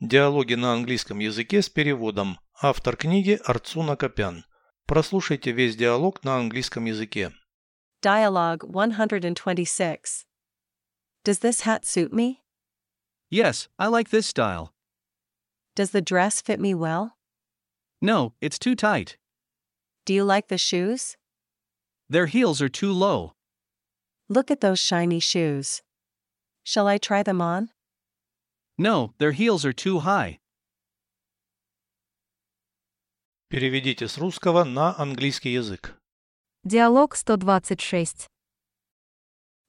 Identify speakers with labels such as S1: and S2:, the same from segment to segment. S1: Диалоги на английском языке с переводом. Автор книги Арцуна Копян. Прослушайте весь диалог на английском языке.
S2: Dialogue 126. Does this hat suit me?
S3: Yes, I like this style.
S2: Does the dress fit me well?
S3: No, it's too tight.
S2: Do you like the shoes?
S3: Their heels are too low.
S2: Look at those shiny shoes. Shall I try them on?
S3: No, their heels are too high.
S1: Переведите с русского на английский язык.
S4: Диалог 126.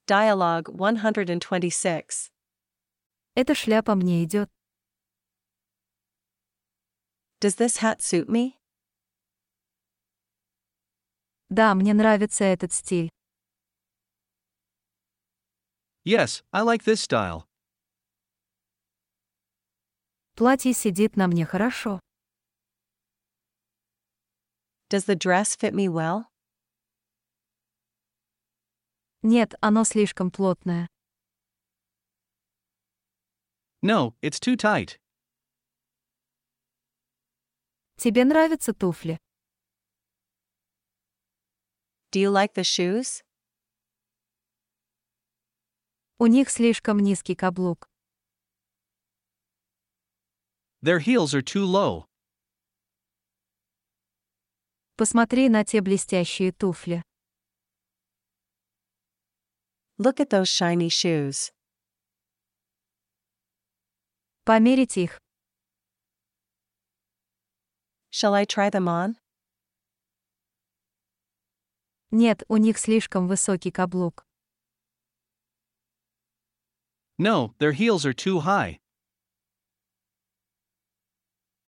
S2: Dialogue 126.
S4: Эта шляпа мне идет.
S2: Does this hat suit me?
S4: Да, мне нравится этот стиль.
S3: Yes, I like this style.
S4: Платье сидит на мне хорошо.
S2: Does the dress fit me well?
S4: Нет, оно слишком плотное.
S3: No, it's too tight.
S4: Тебе нравятся туфли?
S2: Do you like the shoes?
S4: У них слишком низкий каблук.
S3: Their heels are too low.
S4: Посмотри на те блестящие туфли.
S2: Look at those shiny shoes.
S4: Померить их.
S2: Shall I try them on?
S4: Нет, у них слишком высокий каблук.
S3: No, their heels are too high.